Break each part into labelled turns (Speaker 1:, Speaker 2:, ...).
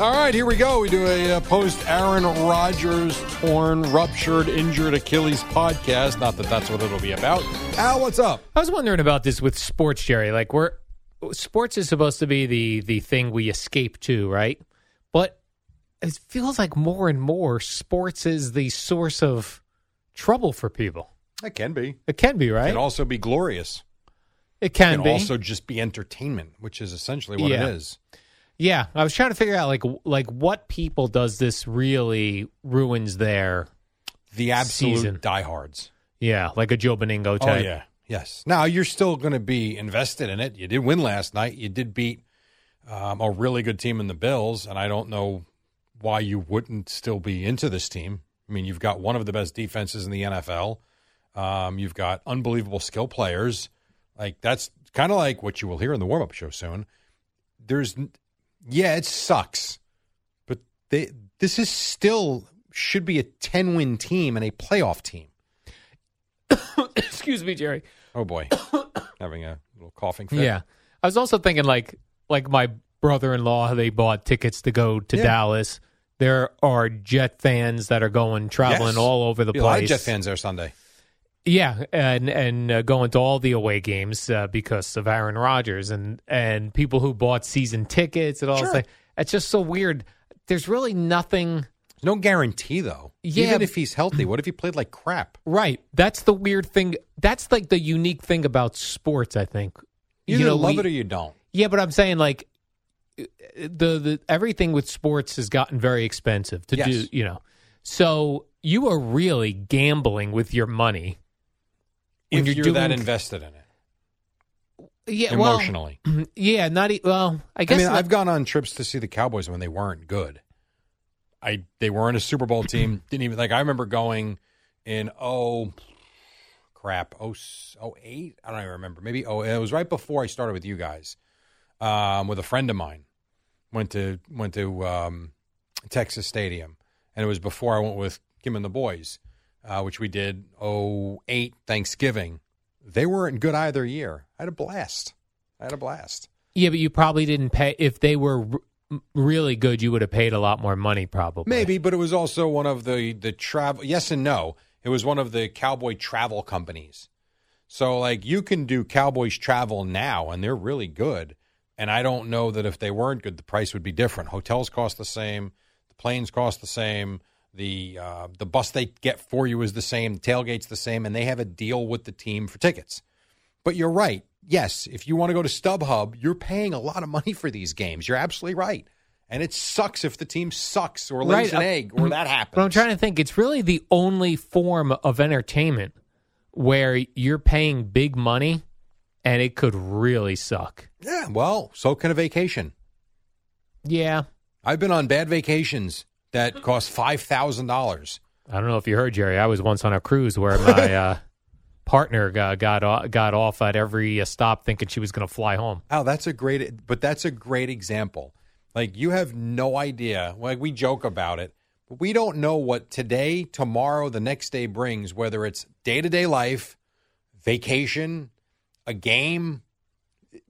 Speaker 1: All right, here we go. We do a uh, post Aaron Rodgers torn, ruptured, injured Achilles podcast. Not that that's what it'll be about. Al, what's up?
Speaker 2: I was wondering about this with sports, Jerry. Like we're sports is supposed to be the the thing we escape to, right? But it feels like more and more sports is the source of trouble for people.
Speaker 1: It can be.
Speaker 2: It can be,
Speaker 1: It
Speaker 2: right?
Speaker 1: can also be glorious.
Speaker 2: it
Speaker 1: It
Speaker 2: can
Speaker 1: can
Speaker 2: be.
Speaker 1: also just be entertainment, which is essentially what
Speaker 2: Yeah.
Speaker 1: it is.
Speaker 2: yeah, I was trying to figure out like like what people does this really ruins their
Speaker 1: The absolute
Speaker 2: Season.
Speaker 1: diehards.
Speaker 2: yeah, like a Joe Beningo type.
Speaker 1: Oh yeah, yes. Now you're still going to be invested in it. You did win last night. You did beat um, a really good team in the Bills, and I don't know why you wouldn't still be into this team. I mean, you've got one of the best defenses in the NFL. Um, you've got unbelievable skill players. Like that's kind of like what you will hear in the warm up show soon. There's, n- yeah, it sucks, but they this is still should be a ten win team and a playoff team.
Speaker 2: Excuse me, Jerry.
Speaker 1: Oh boy, having a little coughing fit.
Speaker 2: Yeah. I was also thinking like like my brother-in-law they bought tickets to go to
Speaker 1: Yeah.
Speaker 2: Dallas. There are Jet fans that are going traveling
Speaker 1: Yes.
Speaker 2: all over the
Speaker 1: Be a lot of
Speaker 2: place.
Speaker 1: Jet fans there Sunday.
Speaker 2: Yeah, and and uh, going to all the away games uh, because of Aaron Rodgers and and people who bought season tickets and all
Speaker 1: Sure.
Speaker 2: that. It's just so weird. There's really nothing
Speaker 1: No guarantee though.
Speaker 2: Yeah,
Speaker 1: Even
Speaker 2: but-
Speaker 1: if he's healthy, what if he played like crap?
Speaker 2: right. That's the weird thing. That's like the unique thing about sports, I think.
Speaker 1: You either love
Speaker 2: we-
Speaker 1: it or you don't.
Speaker 2: Yeah, but I'm saying like the the everything with sports has gotten very expensive to
Speaker 1: Yes.
Speaker 2: do, you know. So you are really gambling with your money. When
Speaker 1: if
Speaker 2: you're
Speaker 1: you're, that
Speaker 2: doing-
Speaker 1: invested in it
Speaker 2: Yeah, well,
Speaker 1: emotionally.
Speaker 2: yeah, not e- well. I
Speaker 1: I
Speaker 2: guess
Speaker 1: mean,
Speaker 2: not-
Speaker 1: I've gone on trips to see the Cowboys when they weren't good. I they weren't a Super Bowl team. Didn't even like. I remember going in oh crap oh s- oh eight. I don't even remember. Maybe oh it was right before I started with you guys. Um, with a friend of mine went to went to um, Texas Stadium, and it was before I went with Kim and the boys, uh, which we did oh eight Thanksgiving. They weren't good either year. I had a blast. I had a blast.
Speaker 2: yeah, but you probably didn't pay if they were r- really good. You would have paid a lot more money, probably.
Speaker 1: Maybe, but it was also one of the the travel. Yes and no. It was one of the cowboy travel companies. So like you can do Cowboys travel now, and they're really good. And I don't know that if they weren't good, the price would be different. Hotels cost the same, the planes cost the same, the uh, the bus they get for you is the same, the tailgate's the same, and they have a deal with the team for tickets. But you're right. Yes, if you want to go to StubHub, you're paying a lot of money for these games. You're absolutely right. And it sucks if the team sucks or
Speaker 2: Right,
Speaker 1: lays an
Speaker 2: uh,
Speaker 1: egg or that happens.
Speaker 2: But I'm trying to think. It's really the only form of entertainment where you're paying big money, and it could really suck.
Speaker 1: Yeah, well, so can a vacation.
Speaker 2: Yeah,
Speaker 1: I've been on bad vacations that cost five thousand dollars.
Speaker 2: I don't know if you heard, Jerry. I was once on a cruise where my uh, partner got got, o- got off at every uh, stop thinking she was going to fly home.
Speaker 1: Oh, that's a great, but that's a great example. Like you have no idea. Like we joke about it, but we don't know what today, tomorrow, the next day brings. Whether it's day to day life, vacation, a game,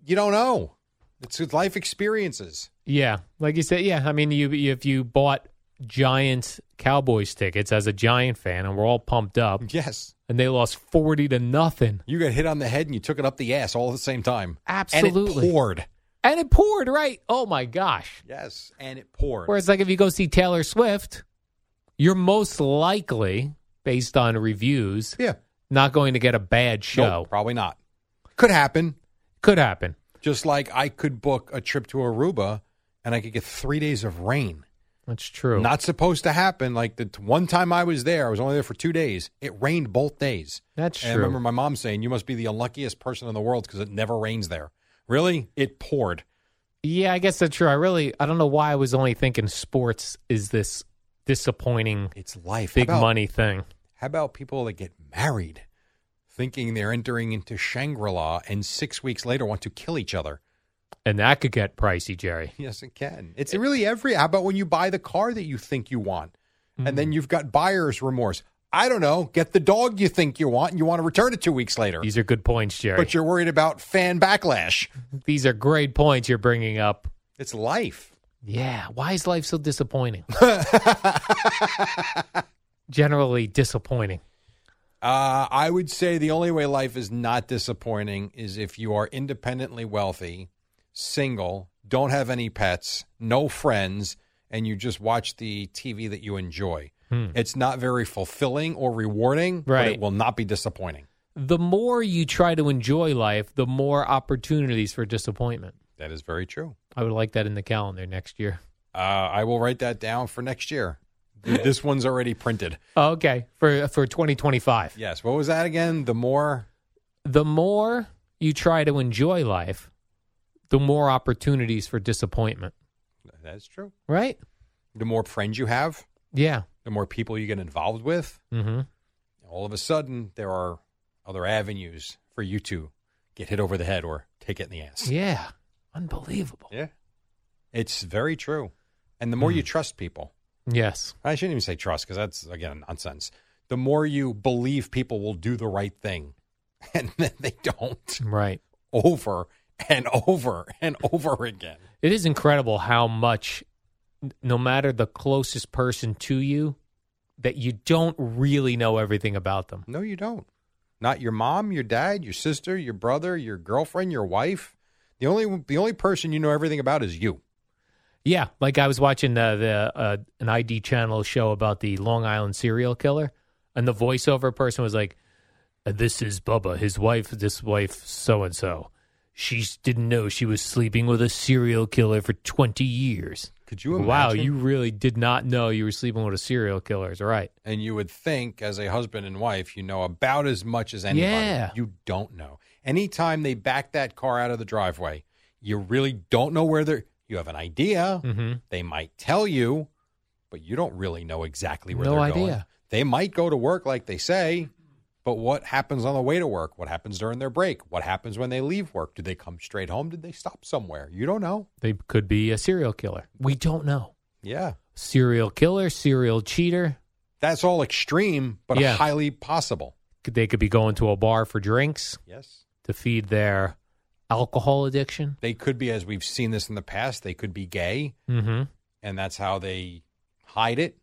Speaker 1: you don't know. It's with life experiences.
Speaker 2: Yeah, like you said. Yeah, I mean, you if you bought Giants Cowboys tickets as a Giant fan, and we're all pumped up,
Speaker 1: Yes,
Speaker 2: and they lost forty to nothing,
Speaker 1: you got hit on the head and you took it up the ass all at the same time. and
Speaker 2: Absolutely.
Speaker 1: it poured.
Speaker 2: and it poured right. Oh my gosh!
Speaker 1: Yes, and it poured.
Speaker 2: Whereas, like if you go see Taylor Swift, you're most likely, based on reviews,
Speaker 1: yeah,
Speaker 2: not going to get a bad show.
Speaker 1: No, probably not. Could happen.
Speaker 2: Could happen.
Speaker 1: Just like I could book a trip to Aruba and I could get three days of rain.
Speaker 2: That's true.
Speaker 1: Not supposed to happen. Like the t- one time I was there, I was only there for two days. It rained both days.
Speaker 2: That's
Speaker 1: And I
Speaker 2: true.
Speaker 1: remember my mom saying, "You must be the unluckiest person in the world because it never rains there." Really? It poured.
Speaker 2: yeah, I guess that's true. I really, I don't know why I was only thinking sports is this disappointing
Speaker 1: It's life.
Speaker 2: big
Speaker 1: How about-
Speaker 2: money thing.
Speaker 1: How about people that get married, thinking they're entering into Shangri La, and six weeks later want to kill each other?
Speaker 2: And that could get pricey, Jerry.
Speaker 1: Yes, it can. It's really every. How about when you buy the car that you think you want, and then you've got buyer's remorse? I don't know. Get the dog you think you want, and you want to return it two weeks later,
Speaker 2: These are good points, Jerry.
Speaker 1: but you're worried about fan backlash.
Speaker 2: These are great points you're bringing up.
Speaker 1: It's life.
Speaker 2: Yeah. Why is life so disappointing? Generally disappointing.
Speaker 1: Uh, I would say the only way life is not disappointing is if you are independently wealthy, single, don't have any pets, no friends, and you just watch the TV that you enjoy. It's not very fulfilling or rewarding, but
Speaker 2: Right.
Speaker 1: it will not be disappointing.
Speaker 2: The more you try to enjoy life, the more opportunities for disappointment.
Speaker 1: That is very true.
Speaker 2: I would like that in the calendar next year.
Speaker 1: Uh, I will write that down for next year. Th- this one's already printed.
Speaker 2: Okay, for for 2025.
Speaker 1: Yes. What was that again? The more.
Speaker 2: The more you try to enjoy life, the more opportunities for disappointment,
Speaker 1: That's true.
Speaker 2: right?
Speaker 1: The more friends you have,
Speaker 2: Yeah.
Speaker 1: the more people you get involved with,
Speaker 2: Mhm.
Speaker 1: all of a sudden there are other avenues for you to get hit over the head or take it in the ass.
Speaker 2: Yeah. Unbelievable.
Speaker 1: Yeah. Hmm. It's very true. And the more you trust people,
Speaker 2: Yes.
Speaker 1: I shouldn't even say trust because that's, again, nonsense. The more you believe people will do the right thing and then they don't
Speaker 2: Right.
Speaker 1: over and over and over again.
Speaker 2: It is incredible how much, n- no matter the closest person to you, that you don't really know everything about them.
Speaker 1: No, you don't. Not your mom, your dad, your sister, your brother, your girlfriend, your wife. The only the only person you know everything about is you.
Speaker 2: Yeah, like I was watching the, the uh, an ID channel show about the Long Island serial killer, and the voiceover person was like, "This is Bubba, his wife, this wife, so and so. She s- didn't know she was sleeping with a serial killer for twenty years.
Speaker 1: Could you imagine?
Speaker 2: Wow, you really did not know you were sleeping with a serial killer. Is right?
Speaker 1: and you would think as a husband and wife you know about as much as anybody
Speaker 2: Yeah.
Speaker 1: you don't know anytime they back that car out of the driveway you really don't know where they're you have an idea
Speaker 2: Mm-hmm.
Speaker 1: they might tell you but you don't really know exactly where
Speaker 2: No
Speaker 1: they're going
Speaker 2: idea.
Speaker 1: they might go to work like they say but what happens on the way to work what happens during their break what happens when they leave work do they come straight home did they stop somewhere you don't know
Speaker 2: They could be a serial killer. We don't know.
Speaker 1: yeah
Speaker 2: Serial killer, serial cheater.
Speaker 1: that's all extreme but
Speaker 2: Yeah.
Speaker 1: highly possible
Speaker 2: They could be going to a bar for drinks
Speaker 1: yes
Speaker 2: to feed their alcohol addiction."
Speaker 1: they could be as we've seen this in the past they could be gay
Speaker 2: Mm-hmm.
Speaker 1: and that's how they hide it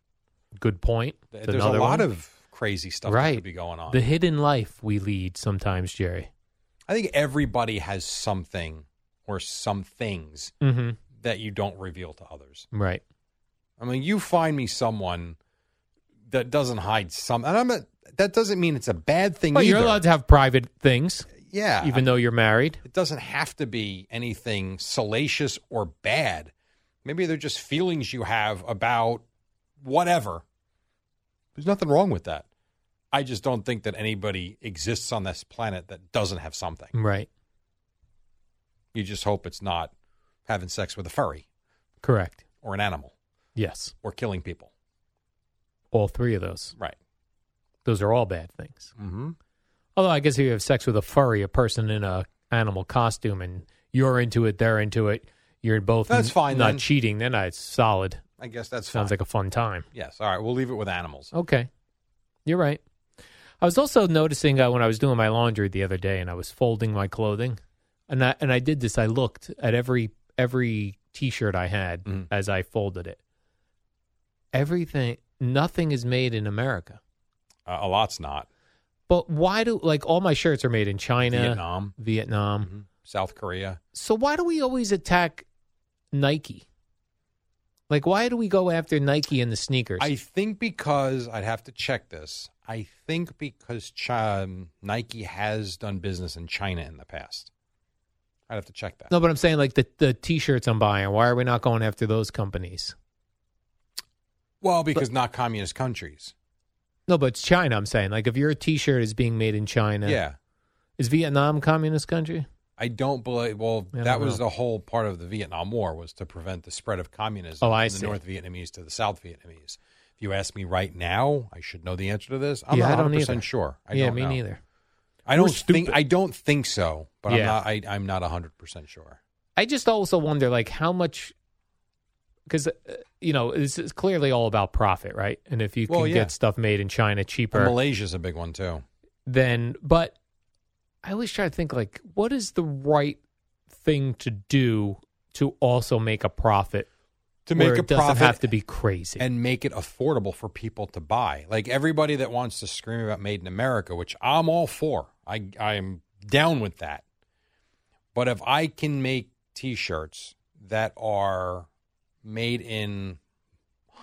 Speaker 2: Good point.
Speaker 1: Th-
Speaker 2: It's
Speaker 1: there's a
Speaker 2: another
Speaker 1: lot
Speaker 2: one.
Speaker 1: of crazy stuff that
Speaker 2: Right.
Speaker 1: could be going on
Speaker 2: the hidden life we lead sometimes, Jerry.
Speaker 1: i think everybody has something or some things
Speaker 2: Mm-hmm.
Speaker 1: that you don't reveal to others
Speaker 2: Right.
Speaker 1: i mean you find me someone that doesn't hide some and i'm not that doesn't mean it's a bad thing
Speaker 2: Well,
Speaker 1: either. Uh,
Speaker 2: you're allowed to have private things,
Speaker 1: yeah
Speaker 2: even though you're married.
Speaker 1: it doesn't have to be anything salacious or bad. Maybe they're just feelings you have about whatever. There's nothing wrong with that. I just don't think that anybody exists on this planet that doesn't have something.
Speaker 2: Right.
Speaker 1: You just hope it's not having sex with a furry
Speaker 2: Correct.
Speaker 1: or an animal
Speaker 2: Yes.
Speaker 1: or killing people.
Speaker 2: All three of those.
Speaker 1: Right.
Speaker 2: Those are all bad things.
Speaker 1: Mm-hmm.
Speaker 2: Although I guess if you have sex with a furry, a person in a animal costume, and you're into it, they're into it, you're both
Speaker 1: That's
Speaker 2: n-
Speaker 1: fine,
Speaker 2: not
Speaker 1: then.
Speaker 2: cheating, then it's solid.
Speaker 1: I guess that's
Speaker 2: Sounds
Speaker 1: fine.
Speaker 2: like a fun time.
Speaker 1: yes. All right. We'll leave it with animals.
Speaker 2: Okay. You're right. I was also noticing uh, when I was doing my laundry the other day and I was folding my clothing and I and I did this I looked at every every t-shirt I had
Speaker 1: Mhm.
Speaker 2: as I folded it. Everything nothing is made in America.
Speaker 1: Uh, a lot's not.
Speaker 2: But why do like all my shirts are made in China,
Speaker 1: Vietnam,
Speaker 2: Vietnam.
Speaker 1: mhm, South Korea.
Speaker 2: So why do we always attack Nike? Like why do we go after Nike and the sneakers?
Speaker 1: I think because I'd have to check this. I think because Chi- um, Nike has done business in China in the past. I'd have to check that.
Speaker 2: No, but I'm saying like the the t-shirts I'm buying. Why are we not going after those companies?
Speaker 1: Well, because not communist countries.
Speaker 2: No, but it's China. I'm saying like if your t-shirt is being made in China,
Speaker 1: Yeah.
Speaker 2: is Vietnam communist country?
Speaker 1: I don't believe. Well,
Speaker 2: I don't
Speaker 1: that was
Speaker 2: know.
Speaker 1: the whole part of the Vietnam War was to prevent the spread of communism
Speaker 2: Oh, I
Speaker 1: from
Speaker 2: see.
Speaker 1: the North Vietnamese to the South Vietnamese. If you ask me right now, I should know the answer to this. I'm
Speaker 2: Yeah, I
Speaker 1: not
Speaker 2: don't
Speaker 1: 100
Speaker 2: either.
Speaker 1: percent sure. I
Speaker 2: yeah,
Speaker 1: don't
Speaker 2: me
Speaker 1: know.
Speaker 2: neither.
Speaker 1: I
Speaker 2: We're
Speaker 1: don't think.
Speaker 2: stupid.
Speaker 1: I don't think so. But
Speaker 2: Yeah.
Speaker 1: I'm not. I, I'm not 100 percent sure.
Speaker 2: I just also wonder like how much because uh, you know this is clearly all about profit, right? And if you can
Speaker 1: Well, yeah.
Speaker 2: get stuff made in China cheaper,
Speaker 1: And Malaysia's a big one too.
Speaker 2: then but I always try to think like what is the right thing to do to also make a profit
Speaker 1: To
Speaker 2: where
Speaker 1: make a
Speaker 2: it doesn't
Speaker 1: profit
Speaker 2: have to be crazy.
Speaker 1: and make it affordable for people to buy. Like everybody that wants to scream about made in America, which I'm all for. I I'm down with that. But if I can make t-shirts that are made in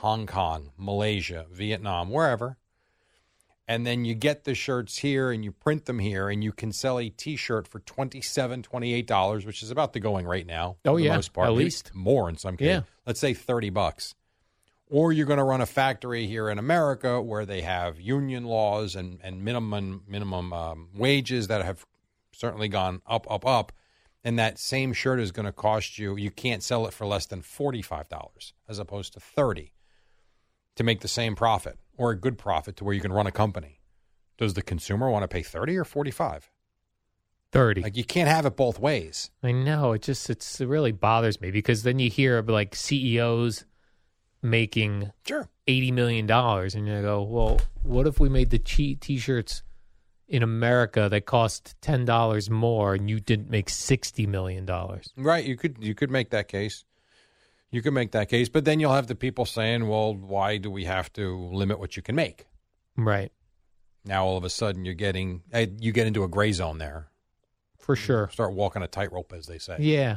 Speaker 1: Hong Kong, Malaysia, Vietnam, wherever, and then you get the shirts here and you print them here and you can sell a t-shirt for 27 28 dollars which is about the going rate now
Speaker 2: Oh,
Speaker 1: for the
Speaker 2: yeah,
Speaker 1: most part
Speaker 2: at
Speaker 1: Maybe
Speaker 2: least.
Speaker 1: more in some
Speaker 2: Yeah.
Speaker 1: cases let's say 30 bucks or you're going to run a factory here in America where they have union laws and, and minimum minimum um, wages that have certainly gone up up up and that same shirt is going to cost you you can't sell it for less than $45 as opposed to 30 to make the same profit or a good profit to where you can run a company does the consumer want to pay 30 or 45
Speaker 2: Thirty.
Speaker 1: like you can't have it both ways
Speaker 2: I know it just it's, it really bothers me because then you hear of like CEOs making
Speaker 1: sure
Speaker 2: eighty million dollars, and you go, well, what if we made the cheap T-shirts in America that cost ten dollars more, and you didn't make sixty million dollars?
Speaker 1: Right, you could you could make that case. You could make that case, but then you'll have the people saying, "Well, why do we have to limit what you can make?"
Speaker 2: Right,
Speaker 1: Now all of a sudden you're getting eh, you get into a gray zone there.
Speaker 2: for sure.
Speaker 1: Start walking a tightrope, as they say.
Speaker 2: Yeah,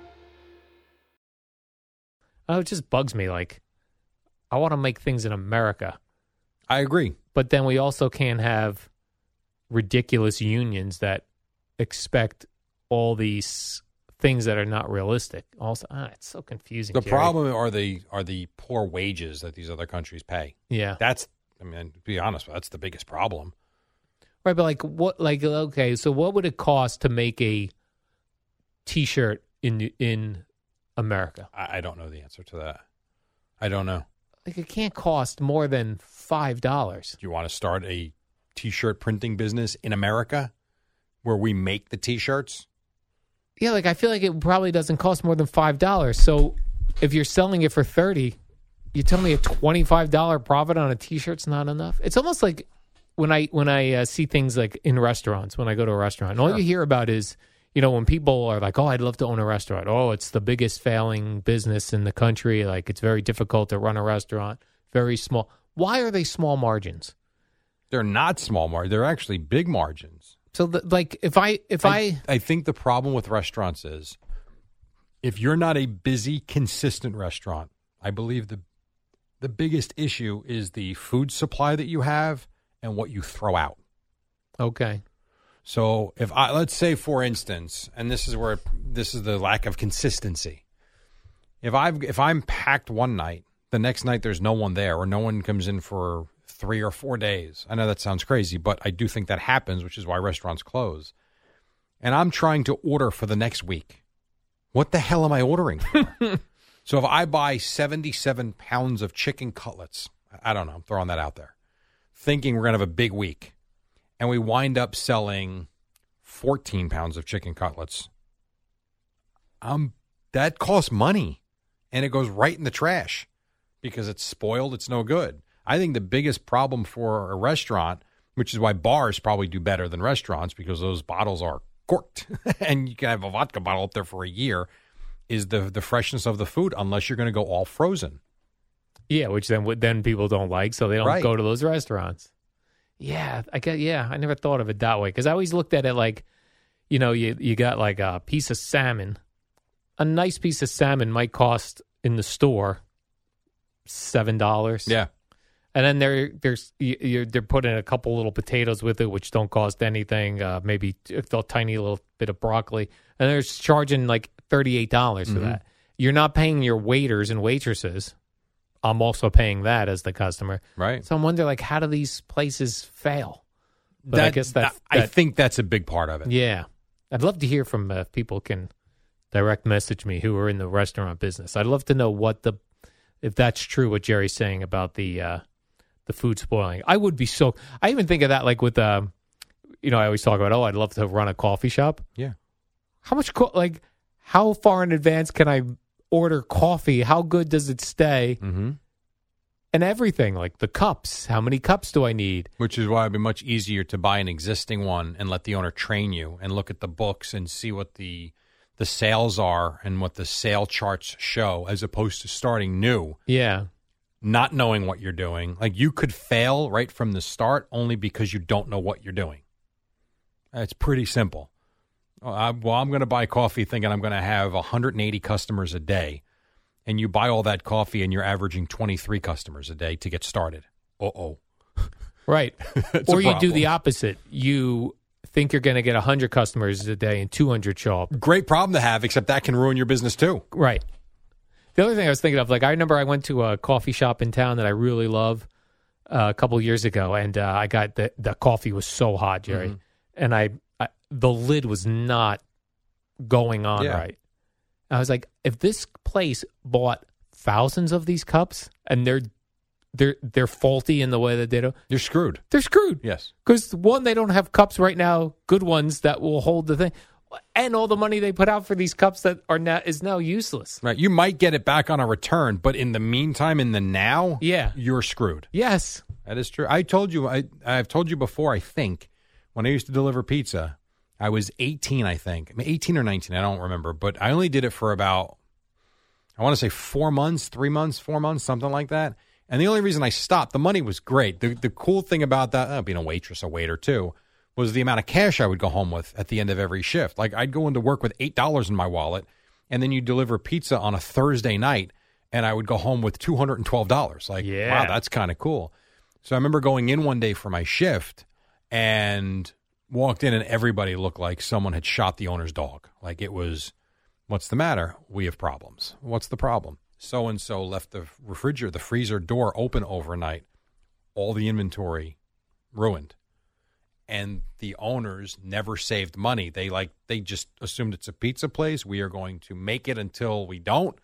Speaker 2: oh, it just bugs me. Like, I want to make things in America,
Speaker 1: I agree.
Speaker 2: but then we also can't have ridiculous unions that expect all these things that are not realistic. Also, ah, it's so confusing.
Speaker 1: The
Speaker 2: Jerry.
Speaker 1: problem are the are the poor wages that these other countries pay.
Speaker 2: yeah,
Speaker 1: That's I mean, to be honest, that's the biggest problem.
Speaker 2: Right, but like what like okay, so what would it cost to make a t-shirt in in America?
Speaker 1: I, I don't know the answer to that. I don't know.
Speaker 2: Like it can't cost more than $5.
Speaker 1: Do you want to start a t-shirt printing business in America where we make the t-shirts?
Speaker 2: Yeah, like I feel like it probably doesn't cost more than $5. So if you're selling it for 30, you tell me a $25 profit on a t-shirt's not enough? It's almost like when I when I uh, see things like in restaurants, when I go to a restaurant, all you hear about is you know when people are like, "Oh, I'd love to own a restaurant." Oh, it's the biggest failing business in the country. Like it's very difficult to run a restaurant. Very small. Why are they small margins?
Speaker 1: They're not small margins. They're actually big margins.
Speaker 2: So the, like if I if I,
Speaker 1: I think the problem with restaurants is if you're not a busy, consistent restaurant, I believe the the biggest issue is the food supply that you have and what you throw out.
Speaker 2: okay,
Speaker 1: So if I let's say for instance, and this is where this is the lack of consistency. If I've if I'm packed one night, the next night there's no one there or no one comes in for three or four days. I know that sounds crazy, but I do think that happens, which is why restaurants close. And I'm trying to order for the next week. What the hell am I ordering for? so if I buy 77 pounds of chicken cutlets, I don't know, I'm throwing that out there, thinking we're going to have a big week and we wind up selling 14 pounds of chicken cutlets. Um, that costs money and it goes right in the trash because it's spoiled. It's no good. I think the biggest problem for a restaurant which is why bars probably do better than restaurants because those bottles are corked and you can have a vodka bottle up there for a year is the the freshness of the food unless you're going to go all frozen.
Speaker 2: Yeah, which then would then people don't like, so they don't
Speaker 1: Right.
Speaker 2: go to those restaurants. Yeah, I guess, yeah, I never thought of it that way because I always looked at it like, you know, you you got like a piece of salmon, a nice piece of salmon might cost in the store seven dollars. and then there there's you- you're, they're putting a couple little potatoes with it, which don't cost anything. Uh, maybe t- a tiny little bit of broccoli, and they're just charging like thirty eight dollars for that. You're not paying your waiters and waitresses. I'm also paying that as the customer.
Speaker 1: Right.
Speaker 2: So I'm wondering, like, how do these places fail? But I guess that,
Speaker 1: I
Speaker 2: that-
Speaker 1: think that's a big part of it.
Speaker 2: yeah, I'd love to hear from uh, if people can direct message me who are in the restaurant business. I'd love to know what the if that's true what Jerry's saying about the uh, the food spoiling. I would be so. I even think of that like with um, you know I always talk about oh I'd love to run a coffee shop.
Speaker 1: Yeah.
Speaker 2: How much co- like how far in advance can I order coffee? How good does it stay?
Speaker 1: Mm-hmm.
Speaker 2: And everything like the cups. How many cups do I need?
Speaker 1: Which is why it'd be much easier to buy an existing one and let the owner train you and look at the books and see what the the sales are and what the sale charts show as opposed to starting new,
Speaker 2: Yeah.
Speaker 1: not knowing what you're doing. Like you could fail right from the start only because you don't know what you're doing. It's pretty simple. Oh, I, well, I'm going to buy coffee thinking I'm going to have 180 customers a day. And you buy all that coffee and you're averaging 23 customers a day to get started. Uh oh.
Speaker 2: Right.
Speaker 1: It's a
Speaker 2: or you do
Speaker 1: problem.
Speaker 2: the opposite. You think you're going to get 100 customers a day and 200 show up.
Speaker 1: great problem to have, except that can ruin your business too.
Speaker 2: Right. The other thing I was thinking of, like, I remember I went to a coffee shop in town that I really love uh, a couple years ago, and uh, I got the, the coffee was so hot, Jerry.
Speaker 1: Mm-hmm.
Speaker 2: And I, I, the lid was not going on
Speaker 1: Yeah.
Speaker 2: right. I was like, if this place bought thousands of these cups and they're, they're, they're faulty in the way that they do,
Speaker 1: You're screwed.
Speaker 2: they're screwed.
Speaker 1: Yes.
Speaker 2: Because one, they don't have cups right now, good ones that will hold the thing, and all the money they put out for these cups that are now is now useless.
Speaker 1: Right. You might get it back on a return, but in the meantime, in the now,
Speaker 2: Yeah.
Speaker 1: you're screwed.
Speaker 2: Yes.
Speaker 1: That is true. I told you, I, I've told you before, I think, when I used to deliver pizza, I was 18, I think. I mean, 18 or 19, I don't remember, but I only did it for about, I want to say four months, three months, four months, something like that. And the only reason I stopped, the money was great. The, the cool thing about that, uh, being a waitress, a waiter too, was the amount of cash I would go home with at the end of every shift. Like I'd go into work with $8 in my wallet, and then you deliver pizza on a Thursday night, and I would go home with $212. Like,
Speaker 2: Yeah.
Speaker 1: wow, that's kind of cool. So I remember going in one day for my shift and walked in, and everybody looked like someone had shot the owner's dog. Like it was, what's the matter? We have problems. What's the problem? So and so left the refrigerator, the freezer door open overnight. All the inventory ruined. And the owners never saved money. They like they just assumed it's a pizza place. We are going to make it until we don't.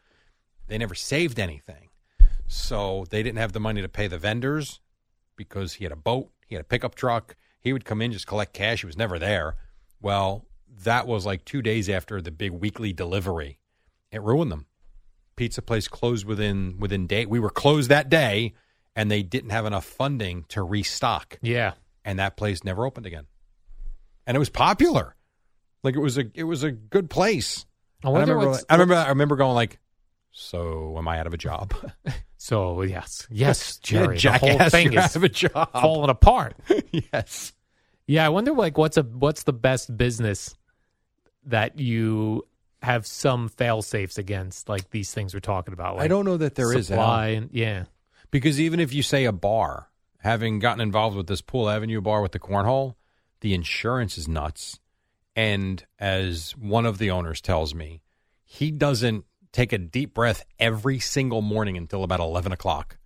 Speaker 1: They never saved anything. So they didn't have the money to pay the vendors because he had a boat, he had a pickup truck. He would come in, just collect cash. He was never there. Well, that was like two days after the big weekly delivery. It ruined them. Pizza place closed within within day. We were closed that day, and they didn't have enough funding to restock,
Speaker 2: Yeah.
Speaker 1: and that place never opened again. And it was popular, like it was a it was a good place.
Speaker 2: I
Speaker 1: And
Speaker 2: wonder
Speaker 1: remember,
Speaker 2: what's.
Speaker 1: I remember I remember going like, so am I out of a job?
Speaker 2: so yes, yes,
Speaker 1: You're a
Speaker 2: Jerry. The
Speaker 1: jackass,
Speaker 2: whole thing
Speaker 1: you're
Speaker 2: is
Speaker 1: out of a job.
Speaker 2: falling apart.
Speaker 1: yes.
Speaker 2: Yeah, I wonder like what's a what's the best business that you have some fail safes against, like these things we're talking about. Like
Speaker 1: I don't know that there is Al.
Speaker 2: supply and yeah,
Speaker 1: Because even if you say a bar, having gotten involved with this Pool Avenue bar with the cornhole, the insurance is nuts. And as one of the owners tells me, he doesn't take a deep breath every single morning until about 11 o'clock,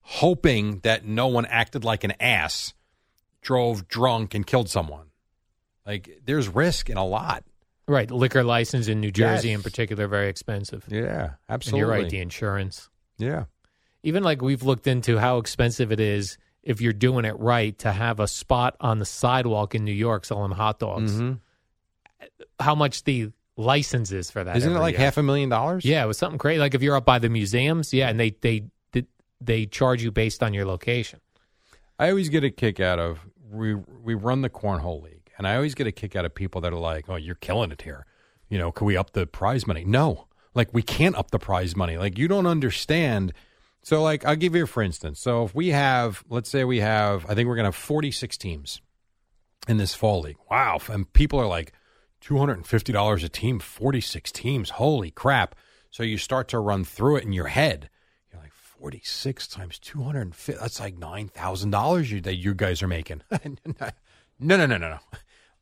Speaker 1: hoping that no one acted like an ass, drove drunk, and killed someone. Like, there's risk in a lot.
Speaker 2: right. Liquor license in New Jersey in
Speaker 1: Yes.
Speaker 2: particular very expensive.
Speaker 1: Yeah,
Speaker 2: And you're right, the insurance.
Speaker 1: Yeah.
Speaker 2: even like we've looked into how expensive it is if you're doing it right to have a spot on the sidewalk in New York selling hot dogs.
Speaker 1: Mm-hmm.
Speaker 2: How much the license is for that?
Speaker 1: Isn't it
Speaker 2: every
Speaker 1: like
Speaker 2: year.
Speaker 1: half a million dollars?
Speaker 2: Yeah, it was something crazy. Like if you're up by the museums, yeah, and they they they charge you based on your location.
Speaker 1: I always get a kick out of we we run the cornhole league, and I always get a kick out of people that are like, "Oh, you're killing it here." You know, can we up the prize money? No, like we can't up the prize money. Like you don't understand. So, like, I'll give you for instance. So, if we have, let's say we have, I think we're gonna have 46 teams in this fall league. Wow, and people are like, $250 a team, 46 teams. Holy crap. So you start to run through it in your head. You're like, 46 times 250. That's like $9,000 you, that you guys are making. no, no, no, no, no.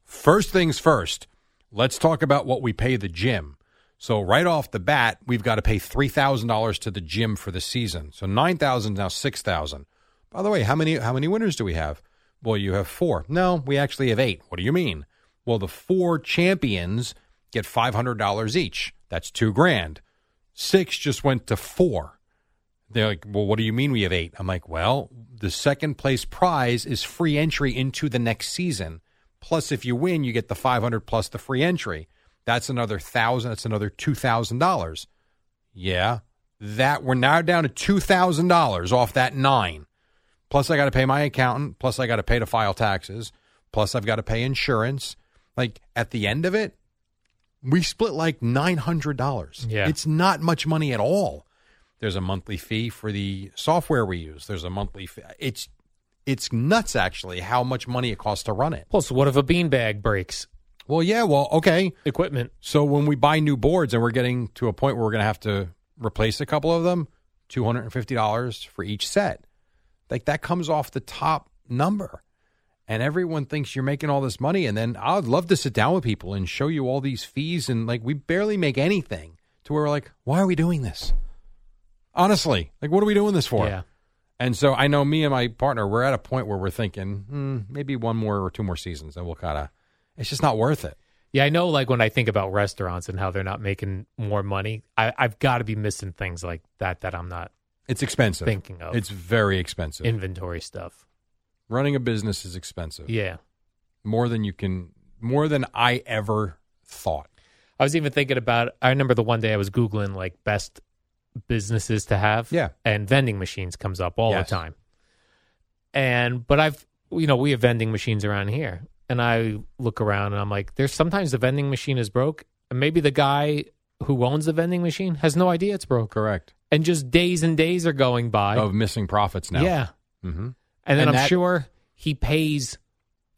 Speaker 1: First things first, let's talk about what we pay the gym. So right off the bat, we've got to pay $3,000 to the gym for the season. So 9,000 now 6,000. By the way, how many how many winners do we have? Well, you have four. No, we actually have eight. What do you mean? Well, the four champions get five hundred dollars each. That's two grand. Six just went to four. They're like, well, what do you mean we have eight? I'm like, well, the second place prize is free entry into the next season. Plus, if you win, you get the five hundred plus the free entry. That's another thousand. That's another two thousand dollars. Yeah, that we're now down to two thousand dollars off that nine. Plus, I got to pay my accountant. Plus, I got to pay to file taxes. Plus, I've got to pay insurance. Like at the end of it, we split like nine hundred dollars.
Speaker 2: Yeah.
Speaker 1: it's not much money at all. There's a monthly fee for the software we use. There's a monthly fee. It's it's nuts actually how much money it costs to run it.
Speaker 2: Plus, what if a beanbag breaks?
Speaker 1: Well, yeah, well, okay.
Speaker 2: Equipment.
Speaker 1: So when we buy new boards and we're getting to a point where we're going to have to replace a couple of them, two hundred and fifty dollars for each set. Like that comes off the top number, and everyone thinks you're making all this money. And then I'd love to sit down with people and show you all these fees, and like we barely make anything. To where we're like, why are we doing this? Honestly, like what are we doing this for?
Speaker 2: Yeah.
Speaker 1: And so I know me and my partner, we're at a point where we're thinking, hmm, maybe one more or two more seasons, and we'll kind of. It's just not worth it.
Speaker 2: Yeah, I know. Like when I think about restaurants and how they're not making more money, I, I've got to be missing things like that that I'm not
Speaker 1: It's expensive.
Speaker 2: Thinking of.
Speaker 1: It's very expensive.
Speaker 2: inventory stuff.
Speaker 1: Running a business is expensive.
Speaker 2: Yeah,
Speaker 1: More than you can more than I ever thought.
Speaker 2: I was even thinking about. I remember the one day I was googling like best businesses to have.
Speaker 1: Yeah.
Speaker 2: and vending machines comes up all
Speaker 1: Yes.
Speaker 2: the time. And but I've you know we have vending machines around here, and I look around and I'm like, there's sometimes the vending machine is broke, and maybe the guy who owns the vending machine has no idea it's broke,
Speaker 1: Correct.
Speaker 2: and just days and days are going by.
Speaker 1: of missing profits now.
Speaker 2: Yeah.
Speaker 1: hmm
Speaker 2: And then
Speaker 1: Oh, And
Speaker 2: I'm
Speaker 1: that-
Speaker 2: sure he pays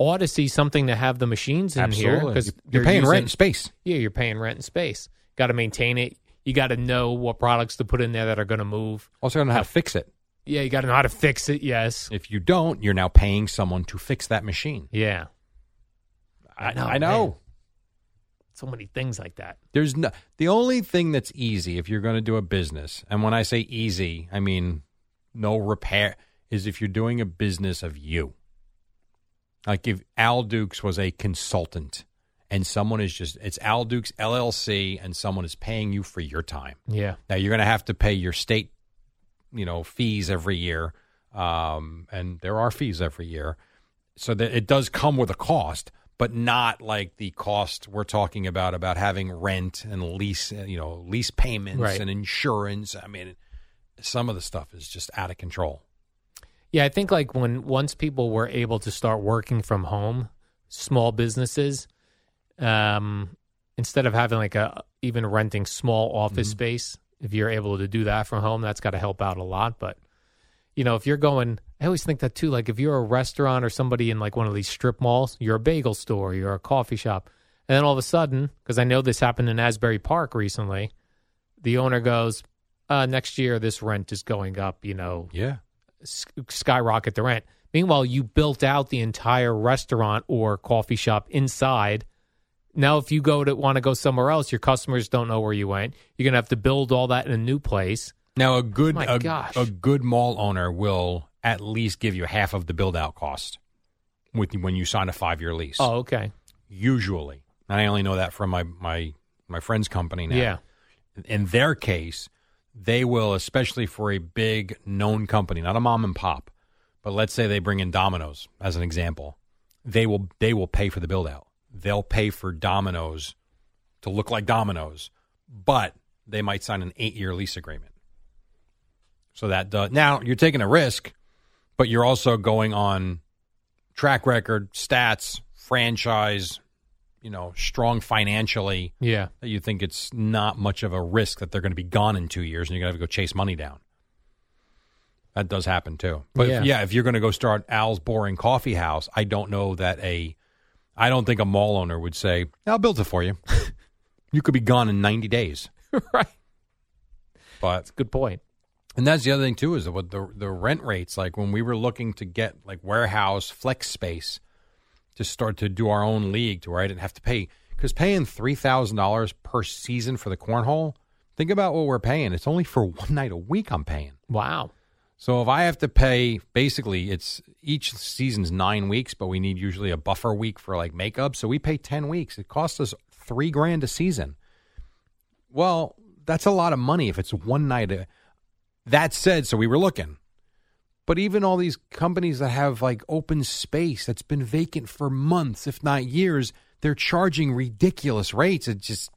Speaker 2: Odyssey something to have the machines in here
Speaker 1: Absolutely.
Speaker 2: because
Speaker 1: You're, you're paying rent and
Speaker 2: using-
Speaker 1: space.
Speaker 2: Yeah, you're paying rent and space. Got to maintain it. You got to know what products to put in there that are going to move.
Speaker 1: Also don't know how to fix it.
Speaker 2: Yeah, you got to know how to fix it. Yes.
Speaker 1: If you don't, you're now paying someone to fix that machine.
Speaker 2: Yeah. I know,
Speaker 1: I know.
Speaker 2: man. So many things like that.
Speaker 1: There's no the only thing that's easy if you're going to do a business, and when I say easy, I mean no repair is if you're doing a business of you. Like if Al Dukes was a consultant and someone is just it's Al Dukes LLC and someone is paying you for your time.
Speaker 2: Yeah.
Speaker 1: Now you're going to have to pay your state, you know, fees every year, um, and there are fees every year, so that it does come with a cost, but not like the cost we're talking about about having rent and lease, uh, you know, lease payments
Speaker 2: Right.
Speaker 1: and insurance. I mean, some of the stuff is just out of control.
Speaker 2: Yeah, I think like when once people were able to start working from home, small businesses, um, instead of having like a even renting small office space, if you're able to do that from home, that's got to help out a lot. But you know, if you're going, I always think that too. Like if you're a restaurant or somebody in like one of these strip malls, you're a bagel store, you're a coffee shop, and then all of a sudden, because I know this happened in Asbury Park recently, the owner goes, uh, "Next year, this rent is going up." You know,
Speaker 1: Yeah,
Speaker 2: s- skyrocket the rent. Meanwhile, you built out the entire restaurant or coffee shop inside. Now, if you go to want to go somewhere else, your customers don't know where you went. You're gonna have to build all that in a new place.
Speaker 1: Now a good
Speaker 2: My
Speaker 1: a,
Speaker 2: gosh.
Speaker 1: a good mall owner will at least give you half of the build out cost with when you sign a five year lease.
Speaker 2: Oh, okay,
Speaker 1: usually. And I only know that from my my my friend's company now.
Speaker 2: yeah,
Speaker 1: In their case, they will, especially for a big known company, not a mom and pop, but let's say they bring in Domino's as an example, they will they will pay for the build out. They'll pay for Domino's to look like Domino's, but they might sign an eight year lease agreement. So that does, now you're taking a risk, but you're also going on track record, stats, franchise, you know, strong financially,
Speaker 2: Yeah.
Speaker 1: that you think it's not much of a risk that they're going to be gone in two years and you're going to have to go chase money down. That does happen too. But yeah,
Speaker 2: Yeah.
Speaker 1: if, yeah, if you're going to go start Al's Boring Coffee House, I don't know that a, I don't think a mall owner would say, I'll build it for you. you could be gone in 90 days.
Speaker 2: right.
Speaker 1: But
Speaker 2: Good point.
Speaker 1: And that's the other thing too is what the the rent rates like when we were looking to get like warehouse flex space to start to do our own league to where I didn't have to pay because paying three thousand dollars per season for the cornhole. Think about what we're paying. It's only for one night a week. I'm paying.
Speaker 2: Wow.
Speaker 1: So if I have to pay, basically, it's each season's nine weeks, but we need usually a buffer week for like makeup. So we pay ten weeks. It costs us three grand a season. Well, that's a lot of money if it's one night. A, that said, so we were looking, but even all these companies that have like open space that's been vacant for months, if not years, they're charging ridiculous rates. It just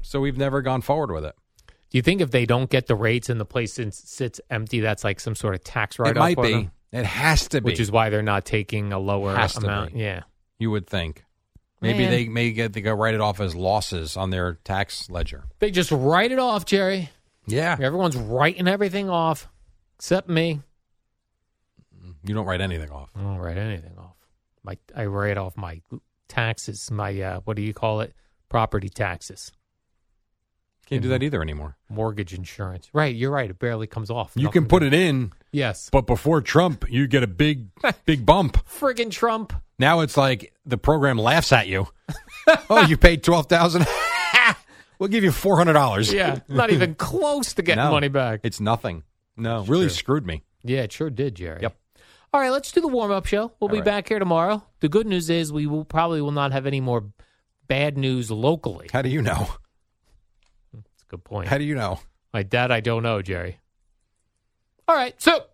Speaker 1: so we've never gone forward with it.
Speaker 2: Do you think if they don't get the rates and the place sits- sits empty, that's like some sort of tax write-off?
Speaker 1: it might
Speaker 2: on
Speaker 1: be.
Speaker 2: them?
Speaker 1: It has to be.
Speaker 2: which is why they're not taking a lower
Speaker 1: Has to
Speaker 2: amount.
Speaker 1: be.
Speaker 2: Yeah.
Speaker 1: You would think. Maybe
Speaker 2: Man.
Speaker 1: they may get they go write it off as losses on their tax ledger.
Speaker 2: They just write it off, Jerry.
Speaker 1: Yeah.
Speaker 2: Everyone's writing everything off except me.
Speaker 1: You don't write anything off.
Speaker 2: I don't write anything off. My I write off my taxes, my uh, what do you call it? Property taxes,
Speaker 1: Can't do that either anymore.
Speaker 2: mortgage insurance. Right, you're right. It barely comes off.
Speaker 1: You can put it in,
Speaker 2: Yes.
Speaker 1: but before Trump, you get a big big bump.
Speaker 2: Friggin' Trump.
Speaker 1: Now it's like the program laughs at you. oh, you paid 12,000. we'll give you $400.
Speaker 2: Yeah. Not even close to getting
Speaker 1: No.
Speaker 2: money back.
Speaker 1: It's nothing. No, really screwed me.
Speaker 2: Yeah, it sure did, Jerry.
Speaker 1: Yep.
Speaker 2: All right, let's do the warm up show. We'll be
Speaker 1: right.
Speaker 2: back here tomorrow. The good news is we will probably will not have any more bad news locally.
Speaker 1: How do you know?
Speaker 2: That's a good point.
Speaker 1: How do you know?
Speaker 2: My dad, I don't know, Jerry. All right, so